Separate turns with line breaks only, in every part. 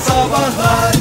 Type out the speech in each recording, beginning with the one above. sabahlar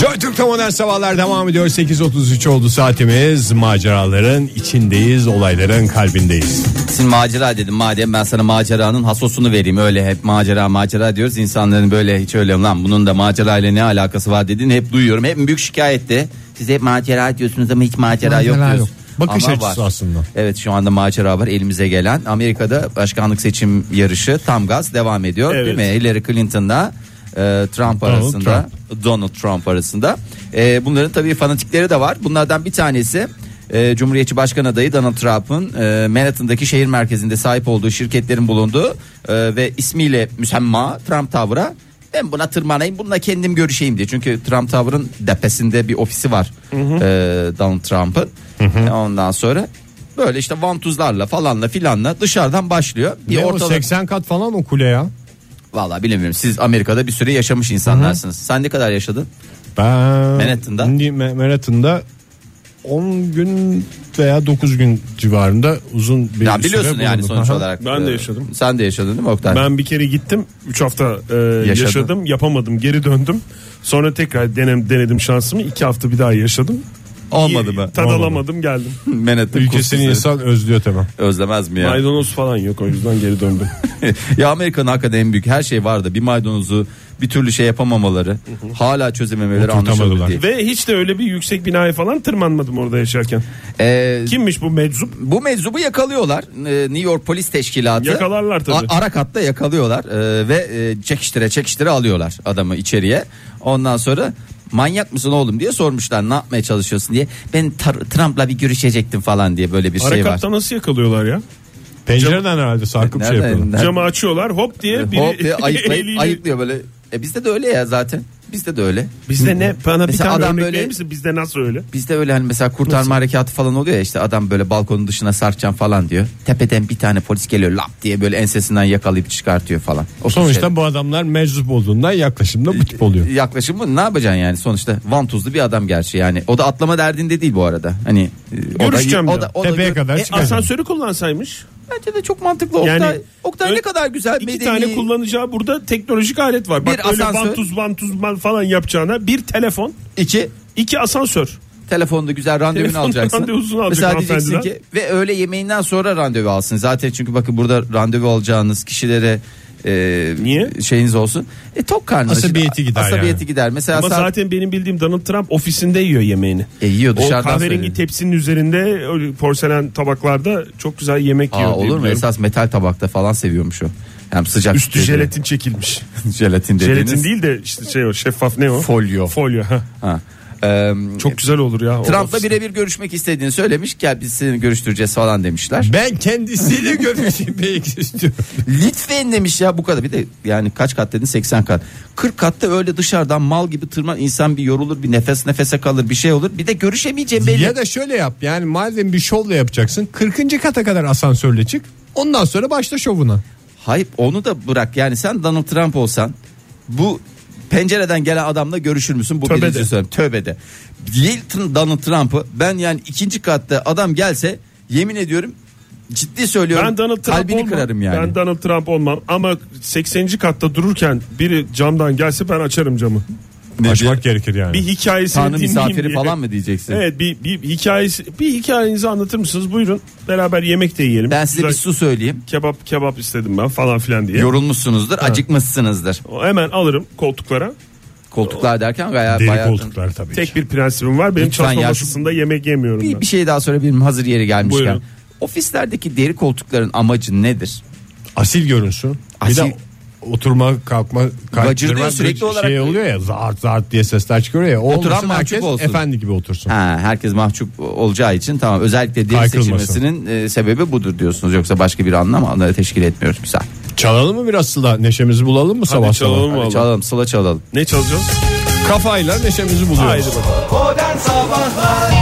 Joy Türk'te modern sabahlar devam ediyor. 8.33 oldu saatimiz. Maceraların içindeyiz, olayların kalbindeyiz.
Sizin macera dedim madem ben sana maceranın hasosunu vereyim öyle hep macera macera diyoruz insanların böyle hiç öyle lan bunun da macera ile ne alakası var dediğini hep duyuyorum hep büyük şikayetti siz hep macera diyorsunuz ama hiç macera, yok
Macera
diyorsunuz.
yok. Bakış
Ama
açısı
var.
aslında.
Evet şu anda macera var elimize gelen Amerika'da başkanlık seçim yarışı tam gaz devam ediyor
Evet.
değil mi Hillary Clinton'la e, Trump arasında Donald Trump arasında. E, bunların tabii fanatikleri de var. Bunlardan bir tanesi e, Cumhuriyetçi Başkan adayı Donald Trump'ın e, Manhattan'daki şehir merkezinde sahip olduğu şirketlerin bulunduğu e, ve ismiyle müsemma Trump Tower'a ben buna tırmanayım bununla kendim görüşeyim diye. Çünkü Trump Tower'ın depesinde bir ofisi var e, Donald Trump'ın. E, Ondan sonra böyle işte vantuzlarla falanla filanla dışarıdan başlıyor. Bir
Ne o
ortalık-
80 kat falan o kule ya.
Vallahi bilemiyorum siz Amerika'da bir süre yaşamış insanlarsınız. Sen ne kadar yaşadın?
Ben
Manhattan'da?
Ni- Ma- Manhattan'da 10 gün veya 9 9 gün civarında uzun bir
Ya biliyorsun
süre
yani
bulundum.
sonuç
Aha.
olarak.
Ben de
Ee,
yaşadım.
Sen de yaşadın değil mi Oktay?
Ben bir kere gittim 3 hafta e, yaşadım yapamadım geri döndüm. Sonra tekrar denem, denedim şansımı 2 hafta bir daha yaşadım.
Olmadı
İyi,
mı?
Tad alamadım geldim.
Manhattan
Ülkesini
kurtusu.
insan özlüyor tamam.
özlemez mi ya?
Maydanoz falan yok o yüzden geri döndüm.
ya Amerika'nın hakikaten en büyük her şey vardı. Bir maydanozu bir türlü şey yapamamaları, hala çözememeleri
Oturtamadılar.
anlaşıldı değil.
Ve hiç de öyle bir yüksek binaya falan tırmanmadım orada yaşarken.
Ee,
Kimmiş bu meczup?
bu meczubu yakalıyorlar. Ee, New York Polis Teşkilatı.
Yakalarlar tabii.
A- ara katta yakalıyorlar ee, ve e, çekiştire çekiştire alıyorlar adamı içeriye. Ondan sonra manyak mısın oğlum diye sormuşlar. Ne yapmaya çalışıyorsun diye. Ben tar- Trump'la bir görüşecektim falan diye böyle bir şey var.
Arakatta nasıl yakalıyorlar ya?
Pencereden herhalde sarkıp şey
Nereden-
yapıyorlar.
nereden-
Camı açıyorlar hop diye biri
Hop diye ayıklayıp
eliyle-
ayıklıyor böyle. E bizde de öyle ya zaten. Bizde de öyle.
Bizde ne? Bana bir
Mesela
tane
adam
örnek
böyle-
verir misin? Bizde nasıl öyle?
Bizde öyle hani mesela kurtarma harekatı falan oluyor ya işte adam böyle balkonun dışına sarkacağım falan diyor. Tepeden bir tane polis geliyor lap diye böyle ensesinden yakalayıp çıkartıyor falan. O tür
Sonuçta
şeyler.
bu adamlar meczup olduğundan yaklaşımda bu tip oluyor.
yaklaşımı ne yapacaksın yani sonuçta vantuzlu bir adam gerçi yani o da atlama derdinde değil bu arada hani e, o
Görüşeceğim
da,
diyor.
o da, o da
Tepeye
gör-
kadar
E,
çıkar.
asansörü kullansaymış.
bence de çok mantıklı Oktay,
Yani
Oktay
ö-
ne kadar güzel
İki
medeni-
tane kullanacağı burada teknolojik alet var. Bak
Bir
öyle
asansör.
vantuz vantuz ban falan yapacağına bir telefon,
iki
iki asansör.
telefonda güzel randevunu
Telefonda
alacaksın.
randevusunu alacak
Mesela diyeceksin
hanımefendiden.
ki ve öğle yemeğinden sonra randevu alsın. Zaten çünkü bakın burada randevu alacağınız kişilere e,
Niye?
şeyiniz olsun. E tok karnına.
Asabiyeti
Şimdi
gider
Asabiyeti
yani.
gider. Mesela
Ama
saat-
zaten benim bildiğim Donald Trump ofisinde yiyor yemeğini.
E, yiyor
O
dışarıdan
kahverengi
söylüyor.
tepsinin üzerinde öyle porselen tabaklarda çok güzel yemek yiyor.
Aa,
diye
olur mu?
biliyorum.
Esas metal tabakta falan seviyormuş o. Hem sıcak
Üstü
dedi-
jelatin çekilmiş.
jelatin dediğiniz.
Jelatin değil de işte şey o şeffaf ne o?
Folyo.
Folyo. ha.
Ha. Ee,
Çok güzel olur ya. o
Trump'la
ofis.
birebir görüşmek istediğini söylemiş. Gel biz seni görüştüreceğiz falan demişler.
Ben kendisiyle görüşmeyi istiyorum.
Lütfen demiş ya bu kadar. Bir de yani kaç kat dedin 80 kat. 40 katta öyle dışarıdan mal gibi tırman insan bir yorulur bir nefes nefese kalır bir şey olur. Bir de görüşemeyeceğim belli.
Ya da şöyle yap yani madem bir şovla yapacaksın 40. kata kadar asansörle çık ondan sonra başla şovuna.
Hayır onu da bırak yani sen Donald Trump olsan bu pencereden gelen adamla görüşür müsün? Bu
Tövbede.
birinci sorum. Tövbede. Değil Tr- Donald Trump'ı ben yani ikinci katta adam gelse yemin ediyorum ciddi söylüyorum
Ben Donald Trump
kalbini
olmam.
kırarım yani.
Ben Donald Trump olmam ama 80. katta dururken biri camdan gelse ben açarım camı.
Başmak gerekir yani.
Bir hikayesini
Tanrı
dinleyeyim
misafiri
diye.
falan mı diyeceksin?
Evet bir, bir hikayesi bir hikayenizi anlatır mısınız? Buyurun beraber yemek de yiyelim.
Ben size
Güzel
bir su söyleyeyim.
kebap kebap istedim ben falan filan diye.
Yorulmuşsunuzdur, acıkmışsınızdır.
O Hemen alırım koltuklara.
Koltuklar derken bayağı
Deri
bayağı
koltuklar tabii ki.
Tek bir prensibim var. Benim
Lütfen
çalışma
ya.
masasında yemek yemiyorum
Bir,
ben.
bir şey daha sorabilirim hazır yeri gelmişken.
Buyurun.
Ofislerdeki deri koltukların amacı nedir?
Asil görünsün.
Asil-
Bir de oturma kalkma kaydırma
Gıcırdıyor sürekli
şey
olarak.
oluyor ya zart zart diye sesler çıkıyor ya. Olmasın,
Oturan mahcup
herkes
olsun.
Efendi gibi otursun.
Ha, herkes mahcup olacağı için tamam özellikle deri
Kaykılmasın.
seçilmesinin e, sebebi budur diyorsunuz. Yoksa başka bir anlam anlamı teşkil etmiyor. Güzel.
Çalalım mı biraz sıla neşemizi bulalım mı sabah
çalalım
sabah?
Vallahi.
Çalalım sıla çalalım.
Ne çalacağız?
Kafayla neşemizi buluyoruz.
Haydi bakalım.
Modern Sabahlar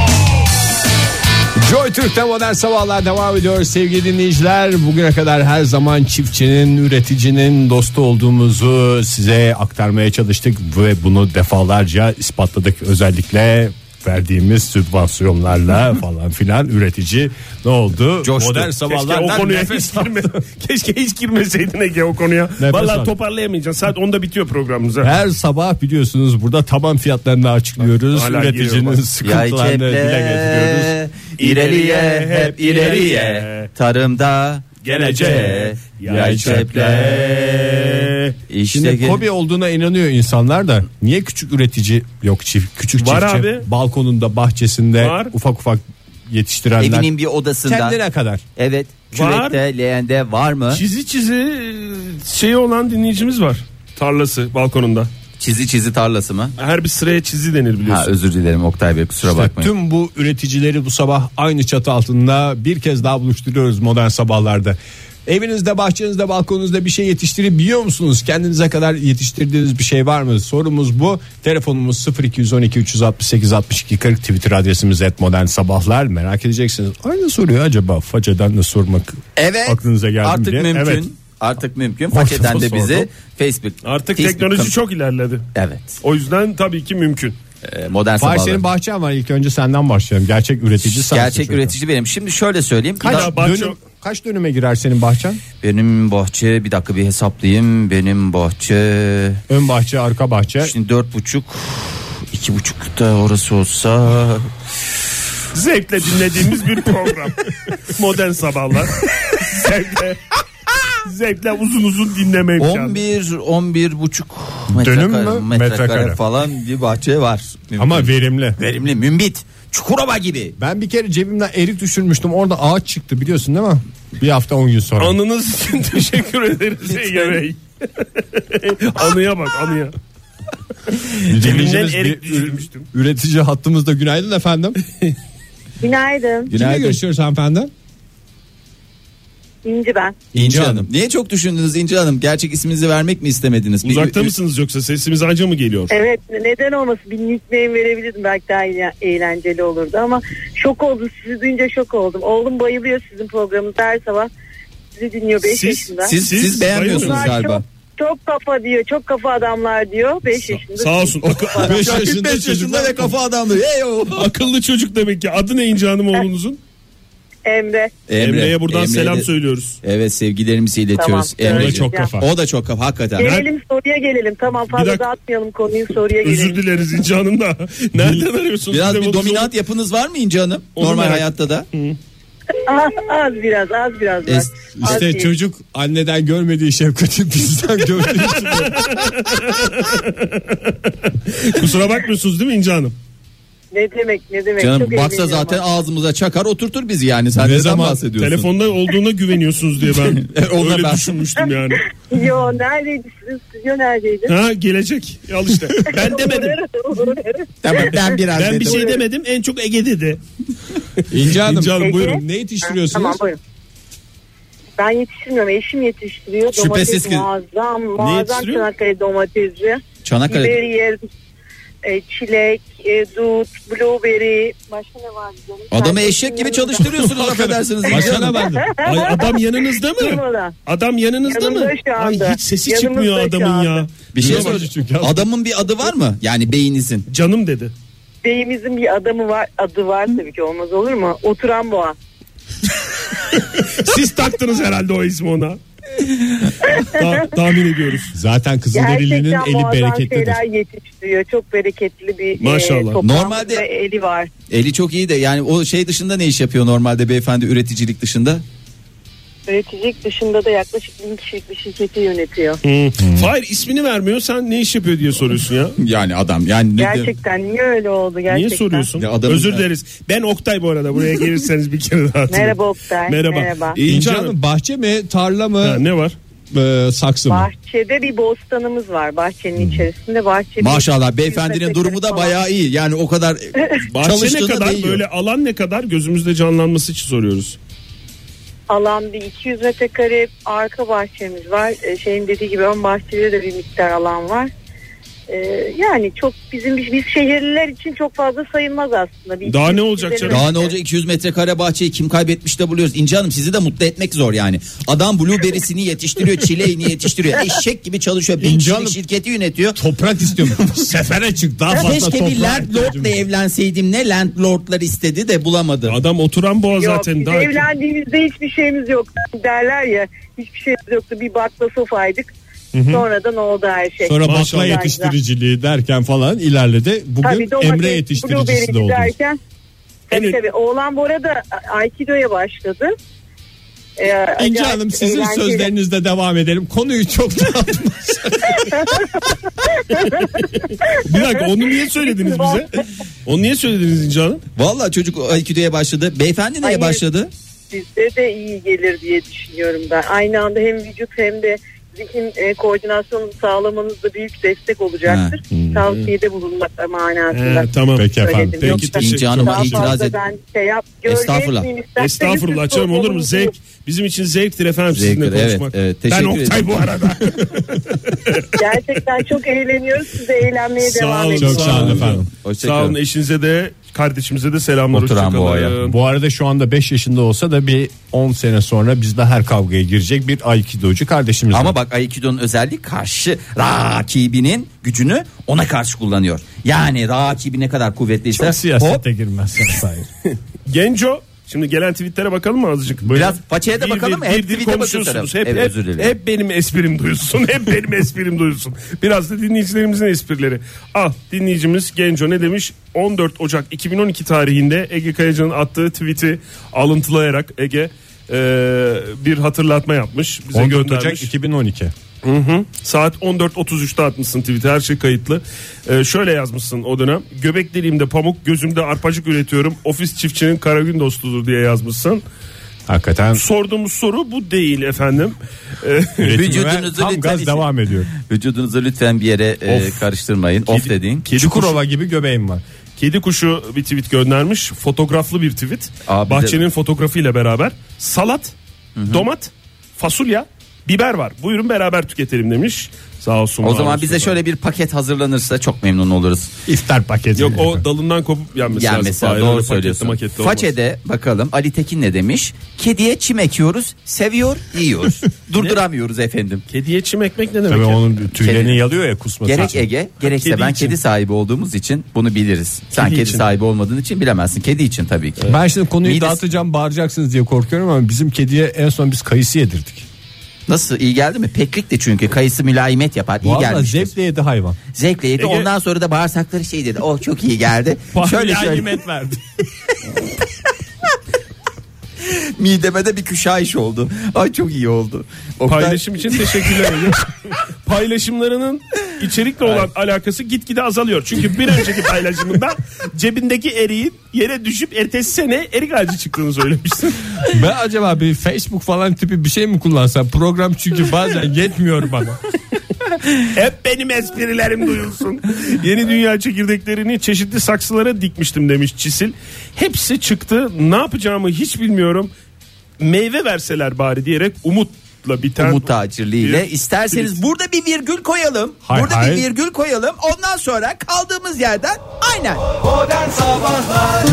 Joy Türk'te modern sabahlar devam ediyor sevgili dinleyiciler. Bugüne kadar her zaman çiftçinin, üreticinin dostu olduğumuzu size aktarmaya çalıştık ve bunu defalarca ispatladık. Özellikle verdiğimiz sübvansiyonlarla falan filan üretici ne oldu?
Coştu.
Modern
Keşke
sabahlardan
o konuya
nefes
hiç
al.
girme, keşke hiç girmeseydin Ege o konuya.
Nefes al.
Vallahi toparlayamayacaksın. Saat 10'da bitiyor programımız. ha.
Her sabah biliyorsunuz burada taban fiyatlarını açıklıyoruz.
Hala
Üreticinin
giriyor bak.
Yay
sıkıntılarını dile
ceple
getiriyoruz.
ileriye hep ileriye tarımda geleceğe yay ceple işte
Şimdi
gel-
hobi olduğuna inanıyor insanlar da niye küçük üretici yok çift küçük
Var
çiftçi
abi.
balkonunda bahçesinde
Var.
ufak ufak yetiştirenler
evinin bir odasında
kendine kadar
evet
Var.
kürekte leğende var mı
Çizi çizi e, şeyi olan dinleyicimiz var. Tarlası balkonunda.
çizi çizi tarlası mı
Her bir sıraya çizi denir
ha
biliyorsun.
özür dilerim Oktay Bey kusura
İşte
bakmayın
tüm bu üreticileri bu sabah aynı çatı altında bir kez daha buluşturuyoruz modern sabahlarda. Evinizde, bahçenizde, balkonunuzda bir şey yetiştirip biliyor musunuz? Kendinize kadar yetiştirdiğiniz bir şey var mı? Sorumuz bu. Telefonumuz 0212 368 62 40 Twitter adresimiz et modern sabahlar. Merak edeceksiniz. Aynı soruyu acaba facadan da sormak
evet
aklınıza geldi mi
artık
diye?
mümkün
Evet.
artık mümkün fark eden de bizi
sordum.
Facebook
Artık
Facebook-
teknoloji çok ilerledi.
evet
O yüzden tabii ki mümkün.
e, modern
Fahir
sabahlar
senin bahçen var ilk önce senden başlayalım. Gerçek üretici sensin.
gerçek
çünkü.
üretici benim şimdi şöyle söyleyeyim
Kaç,
Daha-
Ya bahçe-
dönüm- kaç dönüme girer senin bahçen?
Benim bahçe bir dakika bir hesaplayayım. Benim bahçe
Ön bahçe, arka bahçe.
şimdi dört buçuk iki buçuk da orası olsa
Zevkle dinlediğimiz bir program. Modern sabahlar. zevkle, zevkle uzun uzun dinleme imkanı.
11 11 buçuk
şey Dönüm
metrekare-
mü?
metrekare
Metrekare.
falan bir bahçe var. Mümkün.
Ama verimli.
verimli mümbit Çukurova gibi.
Ben bir kere cebimden erik düşürmüştüm. Orada ağaç çıktı biliyorsun değil mi? Bir hafta 10 gün sonra.
Anınız için teşekkür ederiz Ege Bey. anıya bak anıya.
Dinleyicimiz
Cebimden
bir
erik düşürmüştüm.
Üretici hattımızda günaydın efendim.
Günaydın.
Kimle görüşüyoruz hanımefendi?
İnci ben.
İnci Hanım.
Niye çok düşündünüz İnci Hanım? Gerçek isminizi vermek mi istemediniz? Bir-
Uzakta mısınız yoksa sesimiz anca mı geliyor?
Evet neden olmasın bir nickname verebilirdim belki daha eğlen- eğlenceli olurdu ama şok oldum sizi duyunca şok oldum. Oğlum bayılıyor sizin programınıza her sabah sizi dinliyor 5
Siz-
yaşında.
Siz, siz,
Siz
beğenmiyorsunuz
Bunlar
bayılıyorsunuz
galiba.
Çok, çok kafa diyor çok kafa adamlar diyor 5 yaşında.
Sağ olsun. Akı-
5
45 yaşında ve kafa adamdı. Hey o.
akıllı çocuk demek ki. Adı ne İnci Hanım oğlunuzun?
Emre.
Emre'ye buradan
Emre'ye
selam
de-
söylüyoruz.
Evet sevgilerimizi iletiyoruz.
Tamam.
Emre'ciğim.
O da çok kafa.
O da çok kafa hakikaten.
Gelelim soruya gelelim tamam
Bir
fazla
dakika.
dağıtmayalım konuyu soruya
Özür
gelelim.
dileriz İnci Hanım da. Nereden arıyorsunuz?
Biraz
Bize
bir
bu-
dominant yapınız var mı İnci Hanım?
Onu
Normal
merak-
hayatta da.
Az, Ah, az biraz az biraz. var.
Es-
Az
İşte
değil.
çocuk anneden görmediği şefkati bizden gördüğü için.
Kusura bakmıyorsunuz değil mi İnci Hanım?
Ne demek ne demek.
Canım
çok
baksa
eğleniyorum
zaten
ama.
ağzımıza çakar oturtur bizi yani. Sen
Ne
neden
zaman
bahsediyorsun?
Telefonda olduğuna güveniyorsunuz diye ben
Ona
öyle
ben-
düşünmüştüm yani.
Yo neredeydi sizin stüdyo neredeydi?
Ha gelecek. Al işte. Ben demedim.
Tamam ben biraz
Ben bir
dedim.
şey demedim. En çok Ege dedi.
İnci Hanım,
İnci Hanım,
buyurun.
buyurun.
Ne yetiştiriyorsunuz?
Tamam buyurun. Ben yetiştirmiyorum. Eşim yetiştiriyor.
Şüphesiz
domates
ki-
muazzam. Muazzam
yetiştiriyor?
Çanakkale domatesi.
Çanakkale.
Biberiye, e, çilek, e, dut, blueberry. Başka ne var? canım?
Adamı
Sen-
eşek gibi çalıştırıyorsunuz affedersiniz. İnci
Başına
Hanım.
verdim.
Ay adam yanınızda mı?
Durmadan.
Adam yanınızda mı?
Yanımda şu
Ay
anda.
hiç sesi
Yanımda
çıkmıyor
şu
adamın
anda.
ya.
Bir şey
Duyuyor musun
soracağım.
çünkü?
Adamın bir adı var mı? Yani beyninizin.
Canım dedi.
Beyimizin bir adamı var. Adı var tabii ki olmaz olur mu? Oturan boğa.
Siz taktınız herhalde o ismi ona. Ta- tahmin ediyoruz.
Zaten Kızılderili'nin
Gerçekten
eli
muazzam
bereketlidir.
şeyler yetiştiriyor. Çok bereketli bir
Maşallah.
toprağımız
Normalde-
ve eli var.
Eli çok iyi de yani o şey dışında ne iş yapıyor normalde beyefendi üreticilik dışında?
Üreticilik dışında da yaklaşık bin kişilik bir şirketi yönetiyor.
Hayır Hmm. ismini vermiyor. Sen ne iş yapıyor diye soruyorsun ya.
Yani adam yani ne-
Gerçekten niye öyle oldu gerçekten?
Niye soruyorsun?
Ya adamın-
Özür dileriz. Ben Oktay bu arada. Buraya gelirseniz bir kere daha.
Merhaba Oktay.
Merhaba.
Merhaba.
İnci
İnci
Hanım.
Hanım bahçe mi, tarla mı,
Ha, ne var?
e, saksı mı?
Bahçede bir bostanımız var. Bahçenin içerisinde bahçe. bir-
Hmm. Maşallah beyefendinin
Yüz
durumu da
metrekare
bayağı iyi. Yani o kadar
Bahçe ne
çalıştığına
kadar
değiyor.
böyle alan ne kadar gözümüzde canlanması için soruyoruz.
falan. Alan bir 200 E, metrekare arka bahçemiz var. Ee, şeyin dediği gibi ön bahçede de bir miktar alan var. Ee, yani çok bizim biz şehirliler için çok fazla sayılmaz aslında. Bir
Daha ne olacak canım?
Daha ne olacak 200 metrekare bahçeyi kim kaybetmiş de buluyoruz. İnci Hanım sizi de mutlu etmek zor yani. Adam blueberry'sini yetiştiriyor, çileğini yetiştiriyor. Eşek gibi çalışıyor. Bin
İnci
kişilik
Hanım-
şirketi yönetiyor.
Toprak istiyorum. Sefere çık daha fazla
Keşke bir
toprağa ihtiyacım
landlordla
var.
evlenseydim ne landlordlar istedi de bulamadı.
Adam oturan boğa
Yok,
zaten
biz
daha
evlendiğimizde hiçbir şeyimiz yoktu derler ya. Hiçbir şeyimiz yoktu. Bir bakla sofaydık. Sonradan oldu her şey.
Sonra bakla
Maşallah.
yetiştiriciliği derken falan ilerledi. Bugün
Tabii domates,
Emre yetiştiricisi
blueberry
de oldu.
derken- Tabii
En-
tabii. Oğlan bu arada Aikido'ya başladı. Ee, acayip
İnci Hanım sizin
eğlenceli.
sözlerinizle devam edelim. Konuyu çok dağıtma.
Bir dakika onu niye söylediniz bize? Onu niye söylediniz İnci Hanım?
Vallahi çocuk IQ'ya başladı. Beyefendi neye
Hayır.
başladı?
Sizde de iyi gelir diye düşünüyorum ben. Aynı anda hem vücut hem de zihin e, koordinasyonunu sağlamanızda büyük destek olacaktır. Tavsiyede bulunmak manasında.
Ee, tamam.
Peki efendim.
Söyledim.
Peki
Yoksa-
teşekkür
İnci Hanım'a
Daha
itiraz
fazla
et-
ben şey yap,
Estağfurullah.
görmeyeyim isterseniz
Estağfurullah
siz
canım olur mu?
programınızı-
Zevk. Bizim için zevktir efendim
Zevktir,
sizinle
evet,
konuşmak.
evet.
ben
Teşekkür
Oktay
ederim.
bu arada.
Gerçekten çok eğleniyoruz. Siz de eğlenmeye
Sağ
devam
olun,
edin.
çok sağ olun efendim.
Sağ olun
Hoşçakalın.
eşinize de kardeşimize de selamlar.
Oturan
hoşça kalın.
boğaya.
Bu arada şu anda 5 yaşında olsa da bir 10 sene sonra bizde her kavgaya girecek bir aikidocu kardeşimiz var.
Ama bak Aikido'nun özelliği karşı rakibinin gücünü ona karşı kullanıyor. Yani rakibi ne kadar kuvvetliyse
Çok
hop
siyasete girmezsen sayın.
Genco şimdi gelen tweetlere bakalım mı azıcık?
Biraz paçaya da bakalım mı? Hep
bir
tweet'e
konuşuyorsunuz.
bakıyoruz.
Hep,
Evet,
hep-
özür dilerim.
hep benim esprim duyulsun. Hep benim esprim duyulsun. Biraz da dinleyicilerimizin esprileri. Ah dinleyicimiz Genco ne demiş? 14 Ocak 2012 tarihinde Ege Kayacan'ın attığı tweet'i alıntılayarak Ege e, bir hatırlatma yapmış. Bize
14
göndermiş.
Ocak 2012.
Saat 14.33'te atmışsın tweet'i her şey kayıtlı. Ee, şöyle yazmışsın o dönem. Göbek deliğimde pamuk gözümde arpacık üretiyorum. Ofis çiftçinin kara gün dostudur diye yazmışsın.
Hakikaten
Sorduğumuz soru bu değil efendim. Ee,
üretime
Vücudunuzu
tam
lütfen
gaz
işin-
devam ediyor.
vücudunuzu lütfen bir yere e,
Of.
karıştırmayın. Of dediğin.
Çukurova gibi göbeğim var.
Kedi kuşu bir tweet göndermiş. Fotoğraflı bir tweet.
Aa, bir de-
Bahçenin fotoğrafıyla beraber. Salat, domat, fasulye, biber var. Buyurun beraber tüketelim demiş. Sağ olsun.
O
var
zaman
olsun
bize
efendim.
şöyle bir paket hazırlanırsa çok memnun oluruz.
İftar paketi.
Yok o dalından kopup yenmesi
Yani
lazım.
mesela
Hayır, öyle
doğru
paketli
söylüyorsun.
maketli olmaz.
Façede bakalım Ali Tekin ne demiş? Kediye çim ekiyoruz, seviyor, yiyor. Durduramıyoruz efendim.
Kediye çim ekmek ne demek?
Tabii
ya?
onun tüylerini
Kedi-
yalıyor ya kusması
Gerek
için.
Ege, gerekse
kedi
ben
için.
kedi sahibi olduğumuz için bunu biliriz. Sen
Kedi
kedi,
için.
sahibi olmadığın için bilemezsin. Kedi için tabii ki.
Ben şimdi konuyu
Midesi-
dağıtacağım bağıracaksınız diye korkuyorum ama bizim kediye en son biz kayısı yedirdik.
Nasıl iyi geldi mi? Peklik de çünkü kayısı mülayimet yapar. İyi
Valla
gelmiş.
zevkle yedi hayvan.
Zevkle yedi.
Ege-
Ondan sonra da bağırsakları şey dedi. Oh çok iyi geldi. şöyle şöyle
Mülayimet verdi.
mideme de bir küşayiş oldu. Ay çok iyi oldu. Oktay-
Paylaşım için teşekkürler. Ege. Paylaşımlarının içerikle olan alakası gitgide azalıyor. Çünkü bir önceki paylaşımında cebindeki eriğin yere düşüp ertesi sene erik ağacı çıktığını söylemişsin.
Ben acaba bir Facebook falan tipi bir şey mi kullansam? Program çünkü bazen yetmiyor bana.
Hep benim esprilerim duyulsun. Yeni dünya çekirdeklerini çeşitli saksılara dikmiştim demiş Çisil. Hepsi çıktı. Ne yapacağımı hiç bilmiyorum. Meyve verseler bari diyerek umutla biten
Umut Tacirli'yle
Bir-
isterseniz burada bir virgül koyalım.
Hayır,
burada
hayır.
bir virgül koyalım. Ondan sonra kaldığımız yerden aynen.
Modern Sabahlar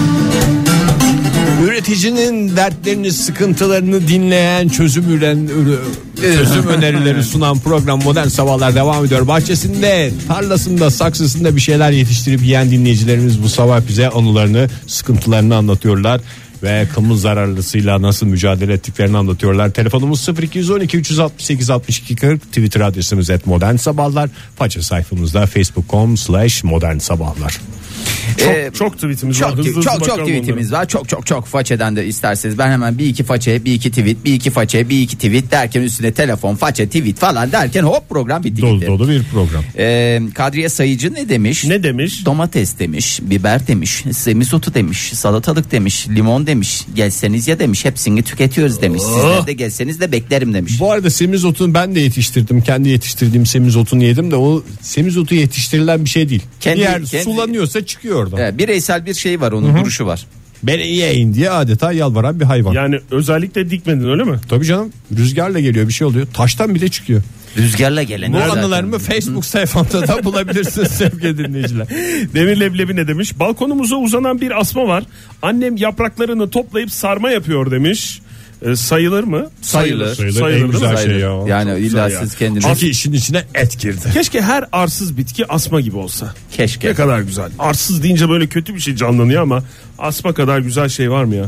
Üreticinin dertlerini, sıkıntılarını dinleyen, çözüm üren, ürü- çözüm önerileri sunan program Modern Sabahlar devam ediyor. Bahçesinde, tarlasında, saksısında bir şeyler yetiştirip yiyen dinleyicilerimiz bu sabah bize anılarını, sıkıntılarını anlatıyorlar ve kamu zararlısıyla nasıl mücadele ettiklerini anlatıyorlar. Telefonumuz 0212 368 62 40 Twitter adresimiz et modern sabahlar. Faça sayfamızda facebook.com slash modern sabahlar.
Çok,
Ee,
çok tweetimiz var.
Çok
Hızlı hızlı
çok çok
bakalım
tweetimiz var. Çok çok çok façeden de isterseniz ben hemen bir iki façe, bir iki tweet, bir iki façe, bir iki tweet derken üstüne telefon, façe, tweet falan derken hop program bitti
Dolu
gitti.
dolu bir program.
Ee, Kadriye Sayıcı ne demiş?
Ne demiş?
Domates demiş, biber demiş, semizotu demiş, salatalık demiş, limon demiş, gelseniz ya demiş, hepsini tüketiyoruz demiş. Sizler de gelseniz de beklerim demiş.
Bu arada semizotunu ben de yetiştirdim. Kendi yetiştirdiğim semizotunu yedim de o semizotu yetiştirilen bir şey değil.
Kendi-
bir yer
kendi-
sulanıyorsa çıkıyor oradan.
Ee, bireysel bir şey var onun duruşu var.
Beni yiyin diye adeta yalvaran bir hayvan.
Yani özellikle dikmedin öyle mi?
Tabii canım rüzgarla geliyor bir şey oluyor. Taştan bile çıkıyor.
Rüzgarla gelen.
Bu anılarımı Facebook sayfamda da bulabilirsiniz sevgili dinleyiciler.
Demir Leblebi ne demiş? Balkonumuza uzanan bir asma var. Annem yapraklarını toplayıp sarma yapıyor demiş. E, sayılır mı?
Sayılır.
Sayılır.
En
Sayılır.
güzel
değil mi?
şey ya.
Yani illa
ya.
siz kendiniz
Çünkü işin içine et girdi.
Keşke her arsız bitki asma gibi olsa.
keşke.
Ne kadar güzel. Arsız deyince böyle kötü bir şey canlanıyor ama asma kadar güzel şey var mı ya?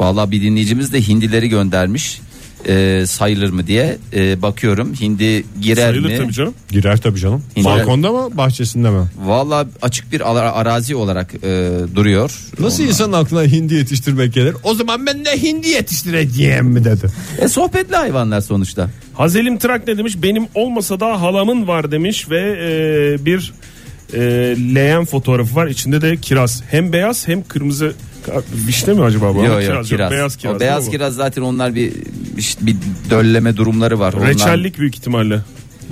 Vallahi bir dinleyicimiz de hindileri göndermiş. Ee, sayılır mı diye Ee, bakıyorum. Hindi girer
Sayılır
mi?
tabii canım.
Girer tabii canım.
İnce-
Balkonda mı bahçesinde mi?
Vallahi açık bir ara- arazi olarak e, duruyor.
Nasıl
Ondan-
insanın aklına hindi yetiştirmek gelir? O zaman ben de hindi yetiştireceğim mi dedi.
E, sohbetli hayvanlar sonuçta.
Hazelim Trak ne demiş? Benim olmasa da halamın var demiş ve e, bir e, leğen fotoğrafı var. İçinde de kiraz. Hem beyaz hem kırmızı Ka- vişne mi acaba bu?
Yok yok
Kiraz
kiraz.
Beyaz kiraz.
o beyaz
değil mi bu?
kiraz zaten onlar bir işte bir dölleme durumları var. Onlar-
Reçellik büyük ihtimalle.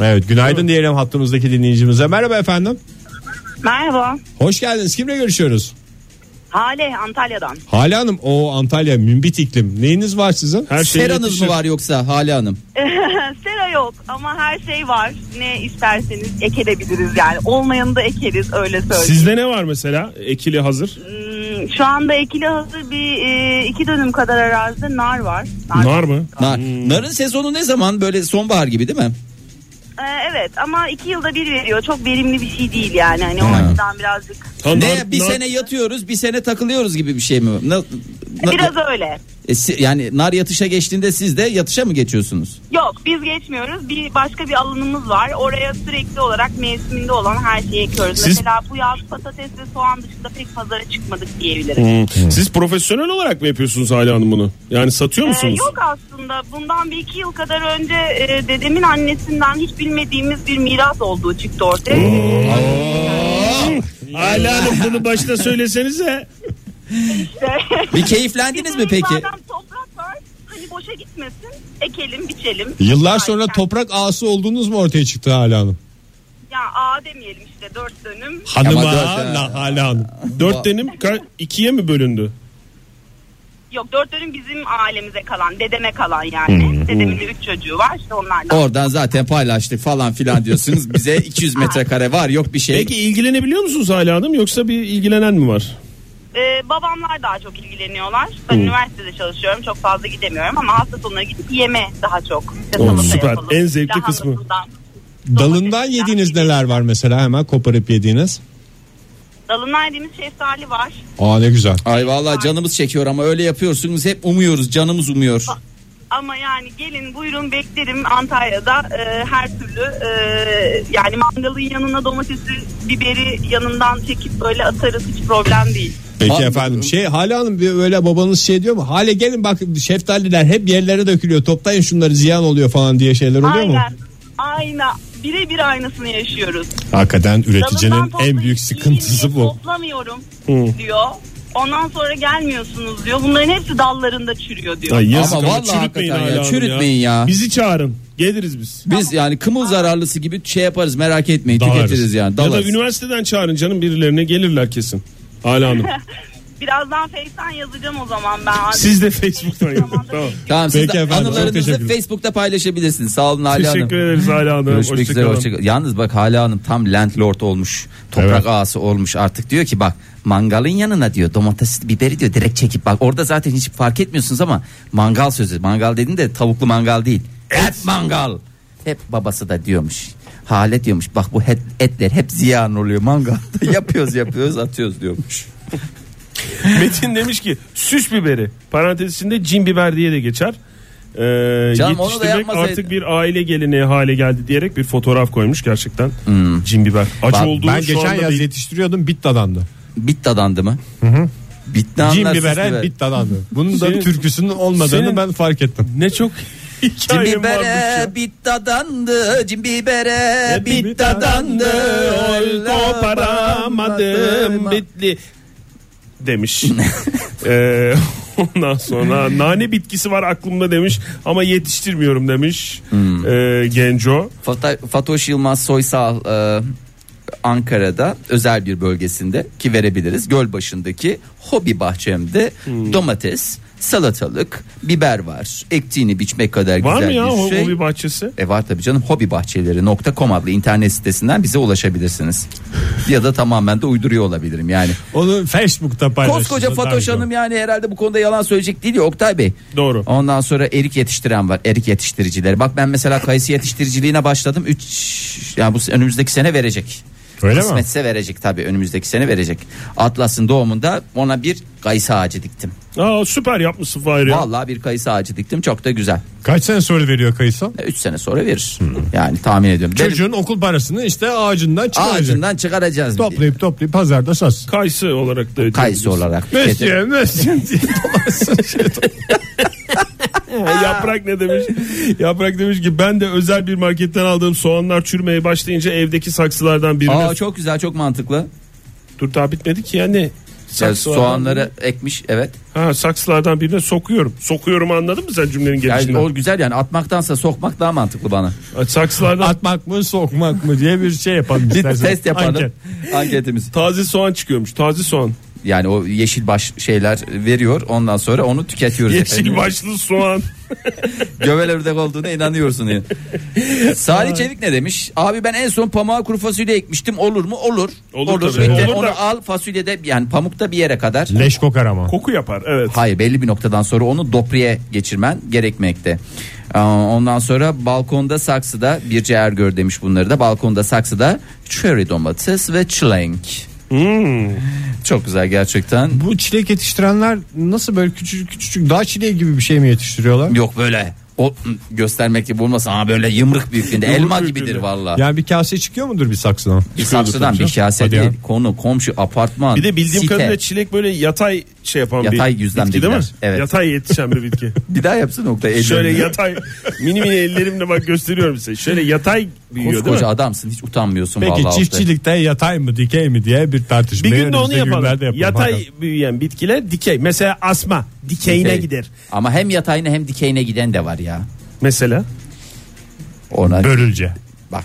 Evet günaydın diyelim hattımızdaki dinleyicimize. Merhaba efendim.
Merhaba.
Hoş geldiniz. Kimle görüşüyoruz?
Hale Antalya'dan.
Hale Hanım o Antalya mümbit iklim. Neyiniz var sizin?
Her şey
Seranız
yetişir.
mı var yoksa Hale Hanım?
Sera yok ama her şey var. Ne isterseniz ekebiliriz yani. Olmayanı da ekeriz öyle söyleyeyim.
Sizde ne var mesela? Ekili hazır.
Hmm, Şu anda ekili hazır bir e, iki dönüm kadar arazide nar var.
Nar mı?
Nar- Narın sezonu ne zaman böyle sonbahar gibi değil mi?
Ee, evet ama iki yılda bir veriyor. Çok verimli bir şey değil yani. Hani o
Ha.
açıdan birazcık.
Ha,
ne
nar-
bir
nar-
sene yatıyoruz bir sene takılıyoruz gibi bir şey mi? Na- na-
Biraz öyle.
E, si- yani nar yatışa geçtiğinde siz de yatışa mı geçiyorsunuz?
Yok biz geçmiyoruz. Bir başka bir alanımız var. Oraya sürekli olarak mevsiminde olan her şeyi ekiyoruz.
Siz-
Mesela bu yaz patates ve soğan dışında pek pazara çıkmadık diyebilirim.
Hmm. Siz profesyonel olarak mı yapıyorsunuz Hale Hanım bunu? Yani satıyor
Ee,
musunuz?
yok aslında bundan bir iki yıl kadar önce e, dedemin annesinden hiç bilmediğimiz bir miras olduğu çıktı ortaya.
Hmm. Hale Hanım bunu başta söylesenize.
Bir keyiflendiniz mi
Bizim
peki?
Madem toprak var hani boşa gitmesin ekelim biçelim.
Yıllar
Ay,
sonra
yani-
toprak ağası olduğunuz mu ortaya çıktı Hale Hanım?
Ya ağa demeyelim işte dört dönüm.
Hanıma
Ama dört-
la Hale Hanım.
Dört denim ka- ikiye mi bölündü?
Yok dört dönüm bizim ailemize kalan dedeme kalan yani.
Hmm,
Dedemin de üç çocuğu var işte onlardan.
Oradan zaten paylaştık falan filan diyorsunuz. Bize 200 metrekare var yok bir şey.
Peki ilgilenebiliyor musunuz Hale Hanım yoksa bir ilgilenen mi var?
Ee, babamlar daha çok ilgileniyorlar.
Hmm.
Ben üniversitede çalışıyorum çok fazla gidemiyorum ama hafta sonları gidip yeme daha çok. İşte salata
Oh, süper.
yapalım,
En zevkli kısmı.
lahanasından,
Dalından
domatesinden,
yediğiniz neler var mesela hemen koparıp yediğiniz?
Dalından yediğimiz şeftali var.
Aa ne güzel.
Ay vallahi canımız çekiyor ama öyle yapıyorsunuz hep umuyoruz canımız umuyor.
Ama yani gelin buyurun beklerim Antalya'da e, her türlü e, yani mangalın yanına domatesi biberi yanından çekip böyle atarız hiç problem değil.
Peki
Abi-
efendim şey Hale Hanım bir böyle babanız şey diyor mu? Hale gelin bak şeftaliler hep yerlere dökülüyor toplayın şunları ziyan oluyor falan diye şeyler oluyor mu?
Aynen. Aynen. Birebir aynısını yaşıyoruz.
Hakikaten
Dalından
üreticinin en
toplayıp
büyük sıkıntısı
yiyin diye
bu.
Toplamıyorum diyor. Ondan sonra gelmiyorsunuz diyor. Bunların hepsi dallarında çürüyor diyor.
Ay yazık
Ama
ama,
vallahi
çürütmeyin
hakikaten
Hale
ya,
Hanım
çürütmeyin ya.
Bizi çağırın. Geliriz biz.
Biz yani kımıl zararlısı gibi şey yaparız merak etmeyin
Dalarız.
tüketiriz yani.
Ya da
Dalarız.
üniversiteden çağırın canım birilerine gelirler kesin. Hale Hanım.
Birazdan Face'ten yazacağım o zaman ben.
Siz de Facebook'tan yazın. Tamam.
Tamam siz
Peki
de
efendim, çok
anılarınızı
teşekkür ederim.
Facebook'ta paylaşabilirsiniz. Sağ olun Hale Hanım.
Teşekkür ederiz Hale Hanım.
Görüşmek üzere
Hoşçakalın.
hoşçakalın. Yalnız bak Hale Hanım tam landlord olmuş. Toprak
Evet.
ağası olmuş artık diyor ki bak mangalın yanına diyor domates biberi diyor direkt çekip bak orada zaten hiç fark etmiyorsunuz ama mangal sözü mangal dedin de tavuklu mangal değil. Et mangal. Hep babası da diyormuş. Hale diyormuş bak bu het, etler hep ziyan oluyor mangalda yapıyoruz yapıyoruz atıyoruz diyormuş.
Metin demiş ki süs biberi parantez içinde cin biber diye de geçer. Ee,
Canım onu da
yetiştirmek
yapmasaydı.
artık bir aile geleneği hale geldi diyerek bir fotoğraf koymuş gerçekten
Hmm.
cin biber. Acı
Bak,
olduğunu
Ben
şu
geçen
anda
yaz
değil.
yetiştiriyordum bit dadandı.
Bit dadandı mı? Bit ne
Cin
anlarsınız
biberen
biber?
bit dadandı. Bunun da
Senin-
türküsünün olmadığını
senin-
ben fark ettim.
Ne çok
Cin
hikayem varmış ya.
bibere bit dadandı, cin bibere bit dadandı.
E, Oy, koparamadım bitli demiş. Ee, ondan sonra nane bitkisi var aklımda demiş ama yetiştirmiyorum demiş
Hmm.
ee, Genco.
Fata- Fatoş Yılmaz Soysal e, Ankara'da özel
Hmm.
bir bölgesinde ki verebiliriz. Göl başındaki hobi bahçemde domates, salatalık, biber var. Ektiğini biçmek kadar
Var
güzel
mı ya
bir
o
şey.
hobi bahçesi?
E var tabii canım hobibahçeleri.com adlı internet sitesinden bize ulaşabilirsiniz. ya da tamamen de uyduruyor olabilirim yani.
Onu Facebook'ta paylaşacağız.
Koskoca Fatoş
Daha
Hanım yani herhalde bu konuda yalan söyleyecek değil ya Oktay Bey.
Doğru.
Ondan sonra erik yetiştiren var. Erik yetiştiricileri. Bak ben mesela kayısı yetiştiriciliğine başladım. 3 yani bu se- önümüzdeki sene verecek.
Öyle mi?
Kısmetse verecek tabii önümüzdeki sene verecek. Atlas'ın doğumunda ona bir kayısı ağacı diktim.
Aa süper yapmışsın Fahir ya.
Vallahi bir kayısı ağacı diktim. Çok da güzel.
Kaç sene sonra veriyor kayısı?
3 sene sonra verir.
Hmm.
Yani tahmin ediyorum. Benim
Çocuğun okul parasını işte ağacından çıkaracak.
ağacından çıkaracağız.
Toplayıp toplayıp pazarda sas.
Kayısı olarak da.
Kayısı olarak.
Mesleğe mesleğe diye dolaşsın.
Ee, Yaprak ne demiş? Yaprak demiş ki ben de özel bir marketten aldığım soğanlar çürümeye başlayınca evdeki saksılardan birine...
Aa çok güzel çok mantıklı.
Dur daha bitmedi ki ya ne?
Ya,
Saksılardan
soğanları ekmiş evet.
birine- Ha, saksılardan birine sokuyorum. Sokuyorum anladın mı sen cümlenin
Yani
gelişini?
o güzel yani atmaktansa sokmak daha mantıklı bana.
Saksılardan
Atmak mı sokmak mı diye bir şey yapalım
Bir
istersen.
test yapalım.
Anket.
Anketimiz.
taze soğan çıkıyormuş. Taze soğan.
Yani o yeşil baş şeyler veriyor. Ondan sonra onu tüketiyoruz
Yeşil
efendim.
başlı soğan.
Göbel ördek olduğuna inanıyorsun yani. Salih Çevik ne demiş? Abi ben en son pamuğa kuru fasulye ekmiştim. Olur mu? Olur.
Olur tabii.
Bekle,
Olur da-
onu al fasulyede yani pamukta bir yere kadar.
Leş kokar ama.
Koku yapar evet.
Hayır belli bir noktadan sonra onu dopriye geçirmen gerekmekte. Ee, Ondan sonra balkonda saksıda bir ciğer gör demiş bunları da. Balkonda saksıda cherry domates ve çilenk. Hmm. Çok güzel gerçekten.
Bu çilek yetiştirenler nasıl böyle küçücük küçücük dağ çileği gibi bir şey mi yetiştiriyorlar?
Yok böyle o göstermek gibi olmasın ama böyle yımrık büyüklüğünde
Yumruk
elma
büyüklüğünde.
gibidir valla.
Yani bir kase çıkıyor mudur bir saksıdan?
Bir saksıdan bir kase
Hadi ya.
değil. Konu, komşu, apartman,
Bir de bildiğim
site.
kadarıyla çilek böyle yatay şey yapan
Yatay
bir
yüzden
bitki değil mi?
bilgiler. Evet.
Yatay yetişen bir bitki.
Bir daha yapsın nokta.
Şöyle yatay mini mini ellerimle bak gösteriyorum size. Şöyle yatay büyüyor değil
Koskoca
mi?
adamsın hiç utanmıyorsun
Peki
vallahi.
çiftçilikte yatay mı dikey mi diye bir tartışma.
Bir gün de onu
Önümüzdeki
yapalım.
günlerde
Yatay
Hakan.
büyüyen bitkiler dikey. Mesela asma dikeyine
Dikey.
gider.
Ama hem yatayına hem dikeyine giden de var ya.
Mesela
Ona
Börülce.
bak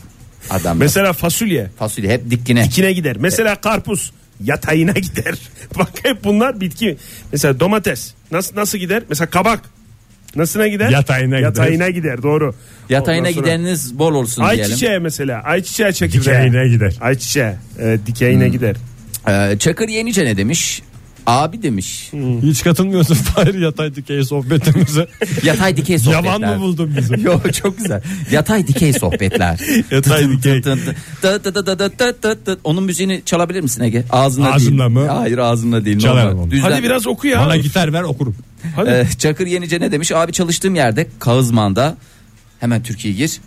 adam
mesela fasulye
fasulye hep dikine.
dikine gider. Mesela karpuz yatayına gider. bak hep bunlar bitki. Mesela domates nasıl nasıl gider? Mesela kabak nasına gider?
Yatayına gider.
Yatayına gider doğru.
Yatayına
Ondan sonra-
gideniniz bol olsun diyelim.
Ayçiçeğe mesela. Ayçiçeğe çekirdeği.
Dikeyine Hmm. gider.
Ayçiçeğe. e, dikeyine gider.
Ee, Çakır Yenice ne demiş? Abi demiş.
Hiç katılmıyorsun Fahir yatay dikey sohbetimize.
Yatay dikey sohbetler.
Yalan mı buldun bizi?
Yo çok güzel. Yatay dikey sohbetler.
Yatay dikey.
Tın tın. Tı tı tı tı tı tı tı tı. Onun müziğini çalabilir misin Ege? Ağzına
Ağzımla
değil.
mı?
Hayır ağzımla değil.
Çalarım
normal.
onu.
Düzden-
Hadi biraz oku ya.
Bana gitar ver okurum.
Hadi.
Ee, Çakır Yenice ne demiş? Abi çalıştığım yerde Kağızman'da hemen Türkiye gir.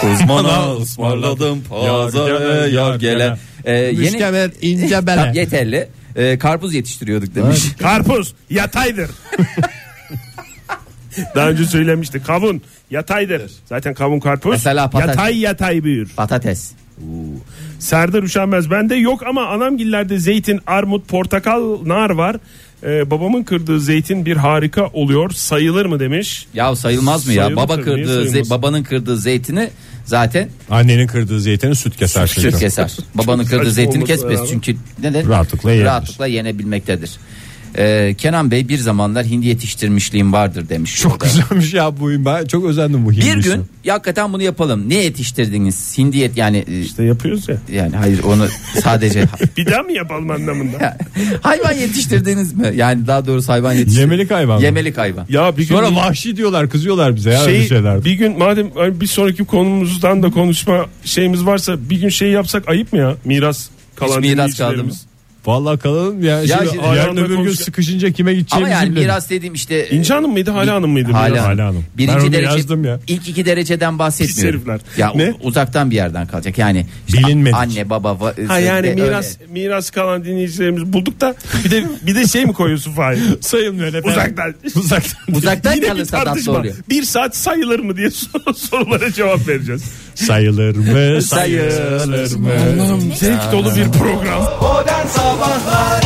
Kağızman'a ısmarladım pazarı yar gele. Ee, yeni...
Müşkemer ince
Tam
bele.
yeterli. Ee, karpuz yetiştiriyorduk demiş.
Karpuz yataydır. Daha önce söylemişti. Kavun yataydır. Zaten kavun karpuz.
Mesela patates.
yatay yatay büyür.
Patates.
Serdar Üşenmez bende yok ama anamgillerde zeytin, armut, portakal, nar var. Ee, babamın kırdığı zeytin bir harika oluyor. Sayılır mı demiş.
Ya sayılmaz mı ya?
Sayılır
Baba
tabii, niye
kırdığı, ze-
sayılmaz?
babanın kırdığı zeytini zaten
Annenin kırdığı zeytini süt keser.
Türk keser. Babanın kırdığı
saçma
zeytini
olması
kesmez
beraber.
çünkü neden?
Rahatlıkla yenir.
Rahatlıkla yenebilmektedir. Ee, Kenan Bey bir zamanlar hindi yetiştirmişliğim vardır demiş.
Çok
Orada.
güzelmiş ya bu oyun. Ben çok özendim bu
Bir
hindisi.
gün ya hakikaten bunu yapalım. Ne yetiştirdiniz? Hindi yet yani e,
İşte yapıyoruz ya.
yani hayır onu sadece
Bir daha mı yapalım anlamında?
hayvan yetiştirdiniz mi? Yani daha doğrusu hayvan yetiştirdiniz.
Yemelik hayvan mı?
Yemelik hayvan.
ya bir gün
Sonra vahşi diyorlar kızıyorlar bize ya öyle
şey,
şeyler.
bir gün madem hani bir sonraki konumuzdan da konuşma şeyimiz varsa bir gün şey yapsak ayıp mı ya? Miras kalan
miras
dinleyicilerimiz.
kaldı mı?
Vallahi kalalım ya.
Ya
Şimdi
şimdi-
yarın
Ayağında
öbür gün
konuşuyor.
sıkışınca kime
Ama
gideceğimizi
yani
bilemedim.
miras dediğim işte e,
İnci Hanım mıydı? Hala Hanım mıydı?
Hala
Miras.
Hala Hanım.
Birinci
Ben onu
derece
yazdım ya.
ilk iki dereceden bahsetmiyorum.
Pis herifler.
Ya
Ne?
u- uzaktan bir yerden kalacak. Yani işte
Bilinmedik.
a- anne baba va- e,
Ha yani
öyle.
miras miras kalan dinleyicilerimiz bulduk da bir de bir de şey mi koyuyorsun Fahir?
Sayılmıyor efendim.
Uzaktan.
Uzaktan.
uzaktan
Yine bir
kalırsa tatlı
tartışma.
oluyor.
Bir saat sayılır mı diye sor- sorulara cevap vereceğiz.
Sayılır mı? Sayılır
Sayılır
mı?
Zevk dolu bir program.
Modern Sabahlar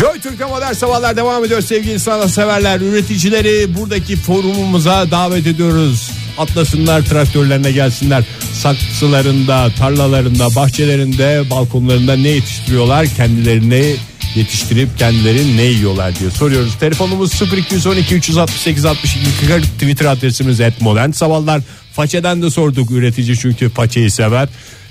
Joy Türk'te modern sabahlar devam ediyor sevgili sanatseverler. Üreticileri buradaki forumumuza davet ediyoruz. Atlasınlar traktörlerine gelsinler. Saksılarında, tarlalarında, bahçelerinde, balkonlarında ne yetiştiriyorlar kendilerini yetiştirip kendileri ne yiyorlar diye soruyoruz. Telefonumuz 0212 368 62 40 Twitter adresimiz et Façeden de sorduk üretici çünkü façeyi sever.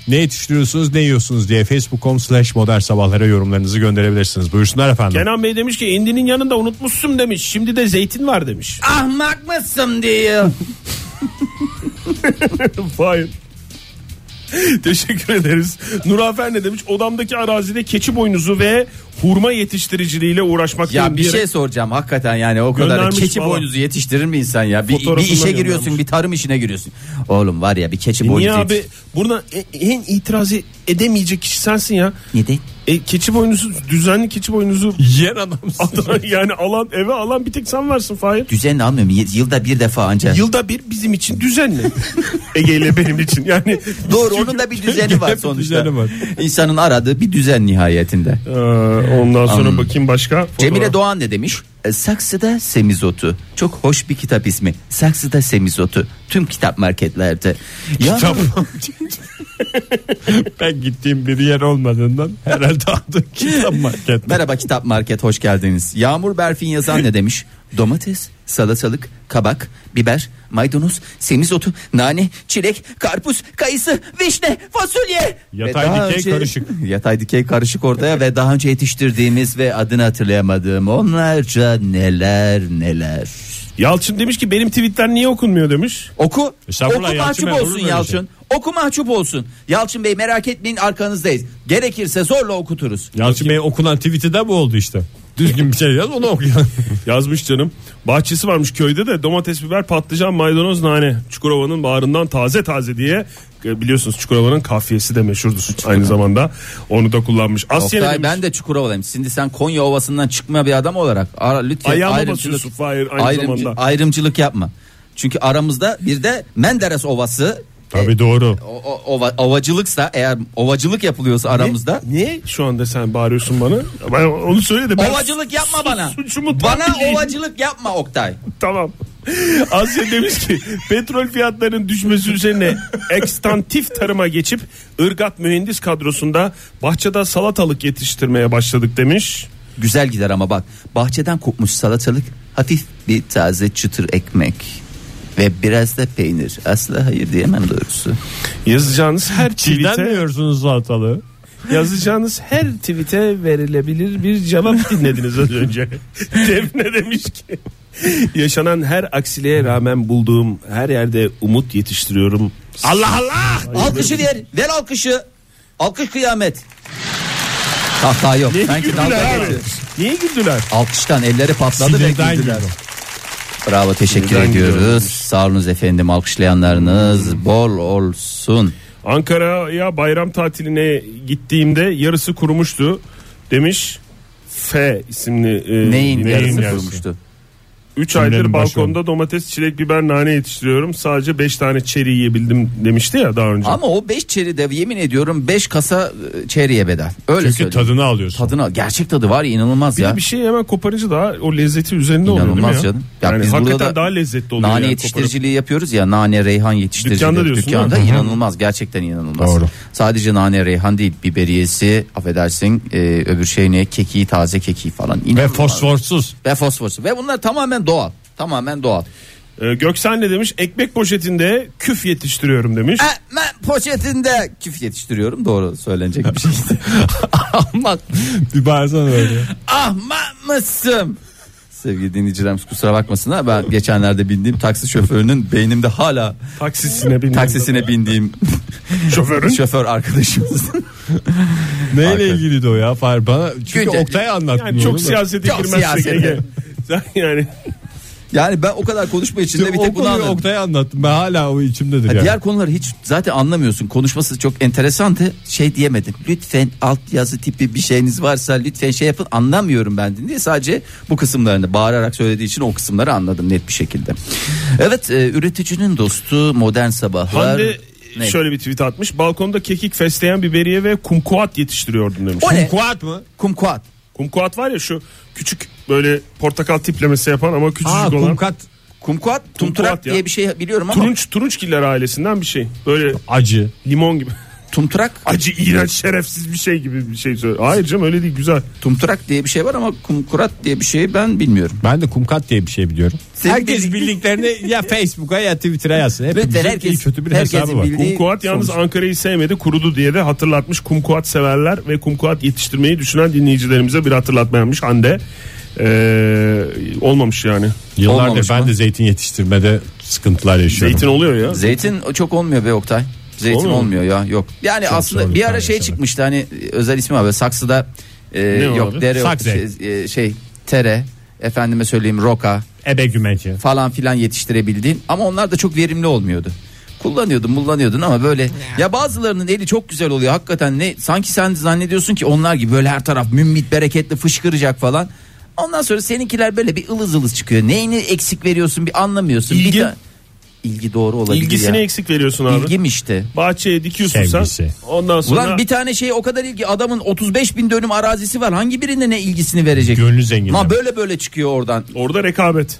Ne yetiştiriyorsunuz ne yiyorsunuz diye facebook.com slash modern sabahlara yorumlarınızı gönderebilirsiniz. Buyursunlar efendim.
Kenan Bey demiş ki indinin yanında unutmuşsun demiş. Şimdi de zeytin var demiş.
Ahmak mısın diyor.
Hayır. Teşekkür ederiz. Nurafer ne demiş? Odamdaki arazide keçi boynuzu ve hurma yetiştiriciliğiyle uğraşmak
Ya bir şey soracağım hakikaten yani o kadar
Göndermiş
keçi
falan.
boynuzu yetiştirir mi insan ya? Bir, bir
Fotoğrafını
işe
göndermiş. E
giriyorsun bir tarım işine giriyorsun. Oğlum var ya bir keçi boynuzu
Niye abi
yetiştir-
burada e- en itiraz edemeyecek kişi sensin ya.
Neden?
E, keçi boynuzu düzenli keçi boynuzu
Yer adamsın.
Adam- yani alan eve alan bir tek sen varsın Fahir.
Düzenli almıyorum Y- yılda bir defa ancak.
Yılda bir bizim için düzenli. Ege ile benim için yani.
Doğru onun da bir düzeni var
Bir
sonuçta.
düzeni var.
İnsanın aradığı bir düzen nihayetinde.
Ee, ondan sonra bakayım başka. fotoğraf.
Cemile Doğan ne demiş? E, Saksıda semizotu. Çok hoş bir kitap ismi. Saksıda semizotu. Tüm kitap marketlerde. Ya
Tamam. ben gittiğim bir yer olmadığından herhalde aldım kitap marketten.
Merhaba Kitap Market hoş geldiniz. Yağmur Berfin yazan ne demiş? Domates, salatalık, kabak, biber, maydanoz, semizotu, nane, çilek, karpuz, kayısı, vişne, fasulye.
Yatay
Ve daha
dikey karışık.
Yatay dikey karışık ortaya ve daha önce yetiştirdiğimiz ve adını hatırlayamadığım onlarca neler neler.
Yalçın demiş ki benim tweetler niye okunmuyor demiş.
Oku, oku
Estağfurullah, Yalçın
mahcup
Bey, olur mu şey?
olsun
öyle
Yalçın. Oku mahcup olsun. Yalçın Bey merak etmeyin arkanızdayız. Gerekirse zorla okuturuz.
Yalçın Bey okunan tweet'i de bu oldu işte. Düzgün bir şey yaz onu okuyan.
Yazmış canım. Bahçesi varmış köyde de domates, biber, patlıcan, maydanoz, nane. Çukurova'nın bağrından taze taze diye E, biliyorsunuz Çukurova'nın kafiyesi de meşhurdur aynı zamanda. Onu da kullanmış. Asya ne
Oktay
demiş?
ben de çukura olayım. Şimdi sen Konya Ovası'ndan çıkma bir adam olarak. Ara, lütfen
Ayağıma
ayrımcılık-
basıyorsun Fahir aynı
ayrımcı-
zamanda.
ayrımcılık yapma. Çünkü aramızda bir de Menderes Ovası.
Tabii doğru.
O, o- ova- ovacılıksa eğer ovacılık yapılıyorsa aramızda.
Niye şu anda sen bağırıyorsun bana? Ben onu söyle de ben
Ovacılık yapma
su-
bana.
Suçumu tam
bana
bileyim.
ovacılık yapma Oktay.
Tamam. Asya demiş ki petrol fiyatlarının düşmesi üzerine ekstantif tarıma geçip ırgat mühendis kadrosunda bahçede salatalık yetiştirmeye başladık demiş.
Güzel gider ama bak. Bahçeden kopmuş salatalık, hafif bir taze çıtır ekmek ve biraz da peynir. Asla hayır diyemem doğrusu.
Yazacağınız her tweet'e
Çiğnenmiyorsunuz salatalığı.
yazacağınız her tweet'e verilebilir bir cevap dinlediniz az önce. Defne demiş ki yaşanan her aksiliğe rağmen bulduğum her yerde umut yetiştiriyorum.
Allah Allah. Alkışı ver. Ver alkışı. Alkış kıyamet. Tahta Ah, yok. Sanki dalga
güldüler abi?
geçiyor.
Niye güldüler?
Alkıştan elleri patladı ve
Sinirden
güldüler.
güldüm.
Bravo teşekkür
Sinirden
ediyoruz.
gülüyoruz.
Sağolunuz efendim alkışlayanlarınız bol olsun.
Ankara'ya bayram tatiline gittiğimde yarısı kurumuştu demiş. F isimli e,
Neyin yarısı
yarısı?
kurmuştu?
3 aydır
Cümlenin başı
balkonda domates, çilek, biber, nane yetiştiriyorum. Sadece 5 tane çeri yiyebildim demişti ya daha önce.
Ama o 5 çeri de yemin ediyorum 5 kasa e, çeriye bedel. Öyle
Çünkü
söyleyeyim.
tadını alıyorsun.
Tadına gerçek tadı var ya inanılmaz
bir
ya.
de bir şey hemen koparınca daha o lezzeti üzerinde oluyor değil mi
İnanılmaz
ya?
canım. Ya
yani
biz burada
hakikaten
da
daha lezzetli oluyor.
Nane
yani koparıp.
yetiştiriciliği yapıyoruz ya nane reyhan yetiştiriciliği
Dükkanda diyorsun,
dükkanda
değil mi?
inanılmaz gerçekten inanılmaz.
Doğru.
Sadece nane reyhan değil biberiyesi affedersin e, öbür şey ne kekiği taze kekiği falan.
Ve
İnanılmaz.
fosforsuz.
Ve fosforsu ve bunlar tamamen doğal tamamen doğal.
Ee, Göksel ne demiş? Ekmek poşetinde küf yetiştiriyorum demiş.
E, ben poşetinde küf yetiştiriyorum doğru söylenecek bir şey. Ahmak
Bir bazen öyle.
ahmak mısın? Ah, Sevgili dinleyicilerimiz kusura bakmasınlar ben geçenlerde bindiğim taksi şoförünün beynimde hala
Taksisine bindim.
taksisine bindiğim
Şoförün.
şoför arkadaşımızın
Neyle
Hakikaten.
ilgili de o ya Fahir bana? Çünkü
Güncel-
Oktay anlattı.
Yani çok siyasete
Çok
girmezsin
siyasete.
Ege. Sen yani
Yani ben o kadar konuşma içinde bir
o
tek bunu
konuyu
anladım.
Oktay'a anlattım. Ben hala o içimdedir
Ha,
yani.
Diğer konuları hiç zaten anlamıyorsun. Konuşması çok enteresandı. Şey diyemedim. Lütfen alt yazı tipi bir şeyiniz varsa lütfen şey yapın. Anlamıyorum ben diye sadece bu kısımlarını bağırarak söylediği için o kısımları anladım net bir şekilde. Evet e, üreticinin dostu modern sabahlar.
Hande
Ne?
şöyle bir tweet atmış. Balkonda kekik fesleğen biberiye ve kumkuat yetiştiriyordum demiş.
O ne?
Kuat mı?
Kumkuat.
Kumkuat var ya şu küçük böyle portakal tiplemesi yapan ama küçücük
Aa
olan.
kumkat
Kumkuat
Kumkuat
tumturak
ya.
diye bir şey biliyorum ama
Turunç turunçgiller ailesinden bir şey. Böyle
acı.
limon gibi.
Tumturak
Acı, iğrenç, şerefsiz bir şey gibi bir şey söylüyor. Hayır canım öyle değil güzel.
Tumturak diye bir şey var ama kumkurat diye bir şey ben bilmiyorum.
Ben de kumkat diye bir şey biliyorum.
Senin
herkes
bildiğin-
bildiklerini ya Facebook'a ya Twitter'a yazsın. Hepimizin
Lütfen herkes-
iyi kötü bir
herkesin
hesabı var.
bildiği-
Kumkuat yalnız
Sonuçta.
Ankara'yı sevmedi kurudu diye de hatırlatmış kumkuat severler ve kumkuat yetiştirmeyi düşünen dinleyicilerimize bir hatırlatma yapmış Hande. Ee, olmamış yani.
Yıllardır
Olmamış
ben
mı?
de zeytin yetiştirmede sıkıntılar yaşıyorum.
Zeytin oluyor ya.
Zeytin o çok olmuyor be Oktay. Zeytin
Olmuyor mu?
olmuyor ya yok. Yani aslında
zor bir
bir ara
tane
şey
yaşamak.
çıkmıştı hani e, özel ismi var böyle saksıda e,
o
yok
abi?
dere
Sakze.
şey, e, şey tere efendime söyleyeyim roka
Ebe gümeci.
falan filan yetiştirebildiğin ama onlar da çok verimli olmuyordu. Kullanıyordun kullanıyordun ama böyle ya bazılarının eli çok güzel oluyor hakikaten ne sanki sen zannediyorsun ki onlar gibi böyle her taraf mümmit bereketli fışkıracak falan. Ondan sonra seninkiler böyle bir ılız ılız çıkıyor. Neyini eksik veriyorsun bir anlamıyorsun.
İlgi.
Bir ilgi doğru olabilir
İlgisini
ya.
eksik veriyorsun abi.
İlgim işte.
Bahçeye dikiyorsun sen.
Sevgisi.
Ondan
Ulan
sonra
bir tane şey o kadar ilgi adamın 35 bin dönüm arazisi var. Hangi birine ne ilgisini verecek?
Gönlü zengin.
Ma böyle böyle çıkıyor oradan.
orada rekabet.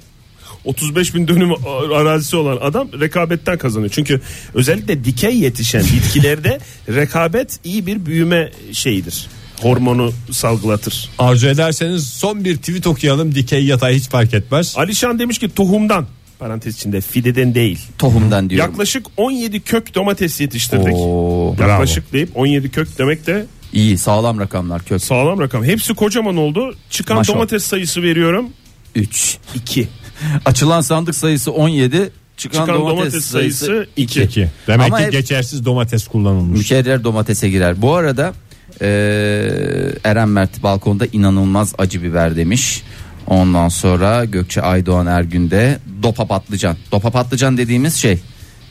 35 bin dönüm a- arazisi olan adam rekabetten kazanıyor. Çünkü özellikle dikey yetişen bitkilerde rekabet iyi bir büyüme şeyidir. Hormonu salgılatır.
Arzu ederseniz son bir tweet okuyalım. Dikey yatay hiç fark etmez.
Alişan demiş ki tohumdan parantez içinde fideden değil.
Tohumdan diyorum.
Yaklaşık 17 kök domates yetiştirdik.
Oo,
Yaklaşık deyip 17 kök demek de
İyi sağlam rakamlar kök.
sağlam rakam. Hepsi kocaman oldu. Çıkan
Maşallah.
domates sayısı veriyorum.
3.
2.
Açılan sandık sayısı 17. Çıkan,
Çıkan
domates,
domates
sayısı
sayısı
2.
Peki. Demek
Ama
ki
hep-
geçersiz domates kullanılmış.
Mükerrer domatese girer. Bu arada eee Eren Mert balkonda inanılmaz acı biber demiş. Ondan sonra Gökçe Aydoğan Ergün'de dopa patlıcan. Dopa patlıcan dediğimiz şey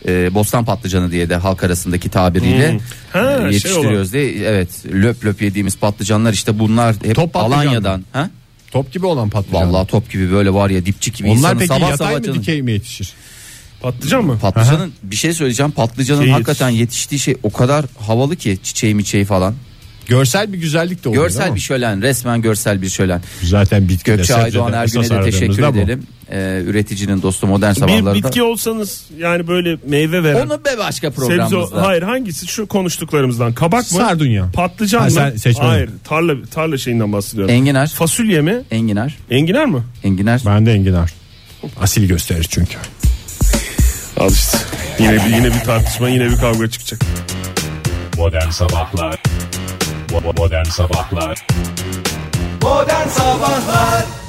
eee, bostan patlıcanı diye de halk arasındaki tabiriyle
Hmm. Ha,
eee,
şey
yetiştiriyoruz diye. Evet löp löp yediğimiz patlıcanlar işte bunlar hep
Top patlıcan mı?
Alanya'dan. Ha?
Top gibi olan patlıcan.
Vallahi top gibi böyle var ya dipçik gibi.
Onlar
insanı
peki
sabah
yatay
sabah
mı
canın-
dikey mi yetişir?
Patlıcan mı?
Patlıcanın bir şey söyleyeceğim. Patlıcanın
Şey
hakikaten yetiştiği şey o kadar havalı ki çiçeği miçeği falan.
Görsel bir güzellik de oluyor.
Görsel
ama.
bir şölen resmen görsel bir şölen.
Zaten bitki de
Gökçe Aydoğan
sebzede
Ergün'e
esas
de teşekkür
aradığımız da bu.
edelim. Ee, üreticinin dostu modern
bir
sabahlarda.
bitki olsanız yani böyle meyve veren.
Onu be başka
Sebze,
programımızda.
hayır hangisi şu konuştuklarımızdan kabak mı?
Sardunya.
Patlıcan
Ha,
mı?
sen seçmedin.
Hayır tarla tarla şeyinden bahsediyorum.
Enginar.
Fasulye mi?
Enginar.
Enginar mı?
Enginar.
Ben de enginar. Asil gösterir çünkü.
Al işte. Yine bir, yine bir tartışma yine bir kavga çıkacak.
Modern Sabahlar Bo- bo- Modern Sabahlar
Modern Sabahlar